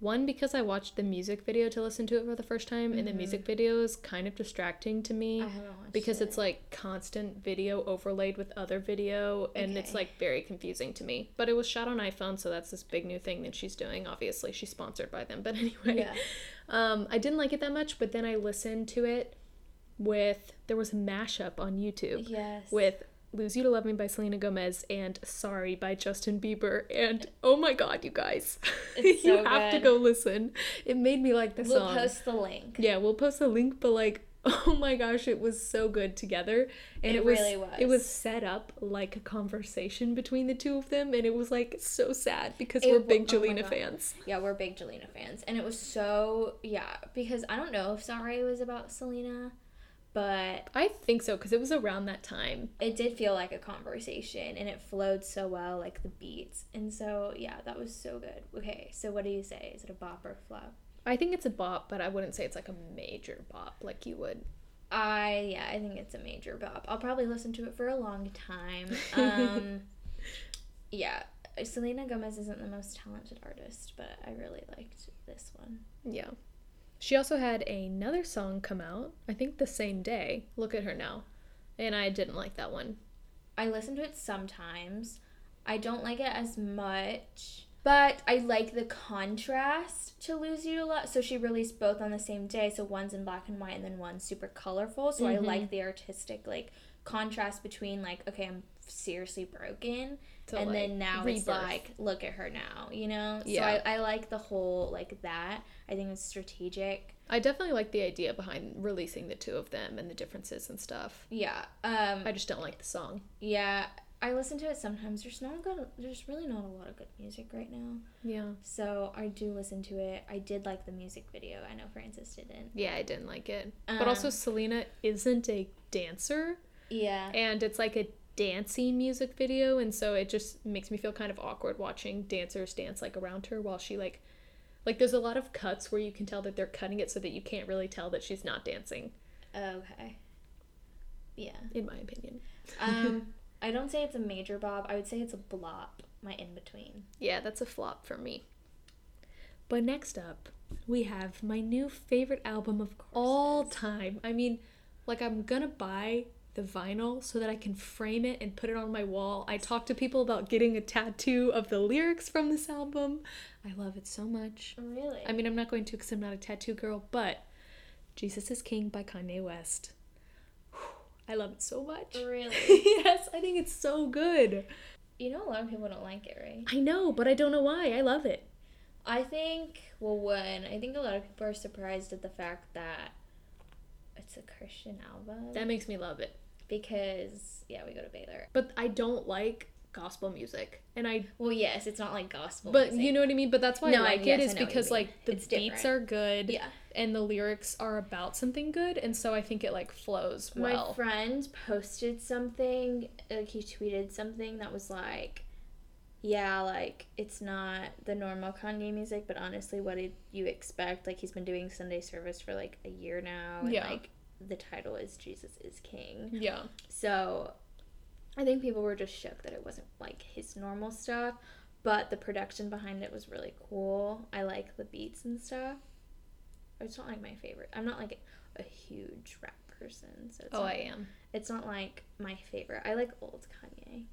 Speaker 1: One because I watched the music video to listen to it for the first time and the music video is kind of distracting to me
Speaker 2: Mm-hmm. I haven't watched
Speaker 1: because
Speaker 2: it.
Speaker 1: it's like constant video overlaid with other video and it's
Speaker 2: Okay.
Speaker 1: like very confusing to me. But it was shot on iPhone, so that's this big new thing that she's doing. Obviously, she's sponsored by them, but anyway.
Speaker 2: yeah.
Speaker 1: Um, I didn't like it that much, but then I listened to it with there was a mashup on YouTube
Speaker 2: Yes.
Speaker 1: with "Lose You to Love Me" by Selena Gomez and "Sorry" by Justin Bieber, and oh my god, you guys,
Speaker 2: It's
Speaker 1: you
Speaker 2: so
Speaker 1: have to
Speaker 2: good.
Speaker 1: go listen. It made me like the
Speaker 2: we'll
Speaker 1: song.
Speaker 2: post the link.
Speaker 1: yeah, we'll post the link, but like. Oh my gosh, it was so good together. And
Speaker 2: It
Speaker 1: it, was,
Speaker 2: really was.
Speaker 1: it was set up like a conversation between the two of them and it was like so sad because
Speaker 2: It
Speaker 1: we're
Speaker 2: wa-
Speaker 1: big
Speaker 2: oh my
Speaker 1: Jelena
Speaker 2: God.
Speaker 1: fans.
Speaker 2: Yeah, we're big Jelena fans. And it was so, yeah, because I don't know if Sorry was about Selena, but
Speaker 1: I think so because it was around that time.
Speaker 2: it did feel like a conversation and it flowed so well, like the beats. And so, yeah, that was so good. Okay, so what do you say? Is it a bop or a flop?
Speaker 1: I think it's a bop, but I wouldn't say it's like a major bop like you would.
Speaker 2: I, yeah, I think it's a major bop. I'll probably listen to it for a long time. Um, yeah, Selena Gomez isn't the most talented artist, but I really liked this one.
Speaker 1: Yeah. She also had another song come out, I think the same day. Look at her now. And I didn't like that one.
Speaker 2: I listen to it sometimes. I don't like it as much, but I like the contrast to Lose You a lot. So she released both on the same day. So one's in black and white and then one's super colorful. So I like the artistic like contrast between like, okay, I'm seriously broken.
Speaker 1: To,
Speaker 2: and
Speaker 1: like,
Speaker 2: then now
Speaker 1: rebirth.
Speaker 2: it's like, look at her now, you know?
Speaker 1: Yeah.
Speaker 2: So I, I like the whole like that. I think it's strategic.
Speaker 1: I definitely like the idea behind releasing the two of them and the differences and stuff.
Speaker 2: Yeah. Um
Speaker 1: I just don't like the song.
Speaker 2: yeah. I listen to it sometimes. There's not good there's really not a lot of good music right now.
Speaker 1: Yeah.
Speaker 2: So I do listen to it. I did like the music video. I know Francis didn't.
Speaker 1: Yeah, I didn't like it. but also,
Speaker 2: Um,
Speaker 1: Selena isn't a dancer,
Speaker 2: Yeah.
Speaker 1: and it's like a dancey music video, and so it just makes me feel kind of awkward watching dancers dance like around her while she like like there's a lot of cuts where you can tell that they're cutting it so that you can't really tell that she's not dancing
Speaker 2: Okay. Yeah.
Speaker 1: in my opinion
Speaker 2: Um, I don't say it's a major bob. I would say it's a blop. My in between.
Speaker 1: yeah that's a flop for me but next up we have my new favorite album of all time i mean like i'm gonna buy the vinyl so that i can frame it and put it on my wall i talk to people about getting a tattoo of the lyrics from this album i love it so much
Speaker 2: Really?
Speaker 1: I mean, I'm not going to because I'm not a tattoo girl, but Jesus is King by Kanye West. I love it so much.
Speaker 2: really.
Speaker 1: yes, I think it's so good.
Speaker 2: You know, a lot of people don't like it, right?
Speaker 1: I know, but I don't know why. I love it.
Speaker 2: I think. Well, one. I think a lot of people are surprised at the fact that it's a Christian album
Speaker 1: That makes me love it.
Speaker 2: because yeah, we go to Baylor.
Speaker 1: But I don't like gospel music. And I
Speaker 2: Well, yes, it's not like gospel.
Speaker 1: but
Speaker 2: music.
Speaker 1: you know what I mean? But that's why
Speaker 2: Oh,
Speaker 1: I
Speaker 2: No, I-
Speaker 1: like
Speaker 2: yes,
Speaker 1: it
Speaker 2: I
Speaker 1: is
Speaker 2: know what you
Speaker 1: because
Speaker 2: mean.
Speaker 1: like the
Speaker 2: It's
Speaker 1: beats
Speaker 2: different.
Speaker 1: are good
Speaker 2: Yeah.
Speaker 1: and the lyrics are about something good and so I think it like flows well.
Speaker 2: My friend posted something, like he tweeted something that was like, yeah, like it's not the normal Kanye music, but honestly, what did you expect? Like he's been doing Sunday service for like a year now, and
Speaker 1: Yeah.
Speaker 2: like the title is Jesus is King.
Speaker 1: yeah.
Speaker 2: So I think people were just shook that it wasn't like his normal stuff, but the production behind it was really cool. I like the beats and stuff. It's not like my favorite. I'm not like a huge rap person, so it's
Speaker 1: Oh,
Speaker 2: not
Speaker 1: I am.
Speaker 2: it's not like my favorite. I like old Kanye.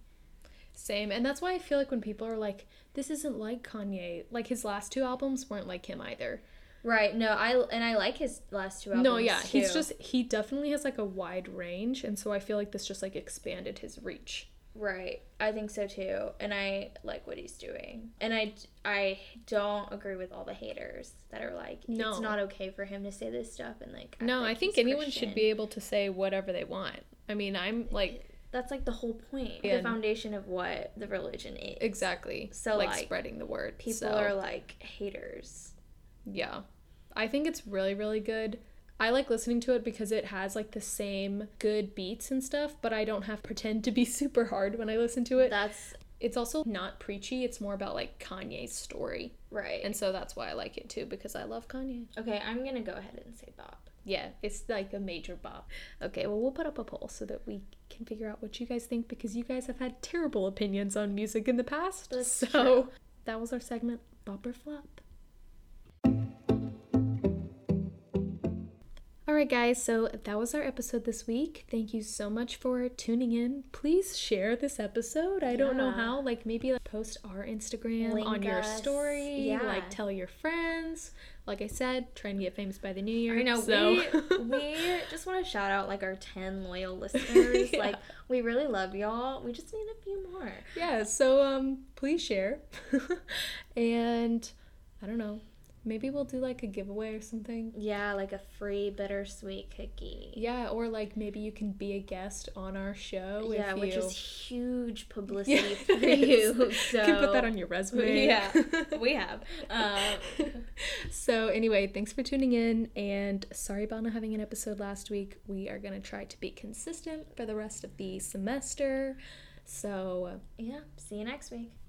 Speaker 1: Same. And that's why I feel like when people are like, this isn't like Kanye, like his last two albums weren't like him either.
Speaker 2: Right. No, I and I like his last two albums.
Speaker 1: no, yeah. He's
Speaker 2: too.
Speaker 1: just, he definitely has like a wide range. And so I feel like this just like expanded his reach.
Speaker 2: right. I think so too, and I like what he's doing. And I I don't agree with all the haters that are like
Speaker 1: No.
Speaker 2: it's not okay for him to say this stuff and like. act
Speaker 1: No,
Speaker 2: like
Speaker 1: I think
Speaker 2: he's
Speaker 1: anyone should
Speaker 2: Christian."
Speaker 1: be able to say whatever they want. I mean, I'm like,
Speaker 2: that's like the whole point,
Speaker 1: Yeah.
Speaker 2: the foundation of what the religion is.
Speaker 1: Exactly.
Speaker 2: So,
Speaker 1: like,
Speaker 2: like,
Speaker 1: spreading the word.
Speaker 2: People
Speaker 1: so,
Speaker 2: are like haters.
Speaker 1: yeah. I think it's really really good. I like listening to it because it has like the same good beats and stuff, but I don't have to pretend to be super hard when I listen to it.
Speaker 2: That's
Speaker 1: It's also not preachy. It's more about like Kanye's story.
Speaker 2: right.
Speaker 1: And so that's why I like it too because I love Kanye.
Speaker 2: okay, I'm gonna go ahead and say Bob.
Speaker 1: Yeah, it's like a major bop. Okay, well, we'll put up a poll so that we can figure out what you guys think because you guys have had terrible opinions on music in the past.
Speaker 2: That's
Speaker 1: so
Speaker 2: true.
Speaker 1: that was our segment, Bop or Flop. All right, guys, so that was our episode this week. Thank you so much for tuning in. Please share this episode. I don't know
Speaker 2: Yeah.
Speaker 1: how, like maybe like, post our Instagram
Speaker 2: Link
Speaker 1: on your
Speaker 2: us.
Speaker 1: story,
Speaker 2: Yeah.
Speaker 1: like tell your friends. Like I said, trying to get famous by the new year.
Speaker 2: I know
Speaker 1: so.
Speaker 2: we we just want to shout out like our ten loyal listeners.
Speaker 1: Yeah.
Speaker 2: Like we really love y'all. We just need a few more.
Speaker 1: yeah so um please share and i don't know maybe we'll do like a giveaway or something
Speaker 2: Yeah, like a free bittersweet cookie.
Speaker 1: yeah or like maybe you can be a guest on our show
Speaker 2: Yeah,
Speaker 1: if
Speaker 2: which
Speaker 1: you
Speaker 2: is huge
Speaker 1: Yeah,
Speaker 2: publicity for
Speaker 1: it is.
Speaker 2: you.
Speaker 1: You
Speaker 2: So
Speaker 1: can put that on your resume
Speaker 2: Yeah, we have. Um,
Speaker 1: so anyway thanks for tuning in and sorry about not having an episode last week we are going to try to be consistent for the rest of the semester so
Speaker 2: yeah, see you next week.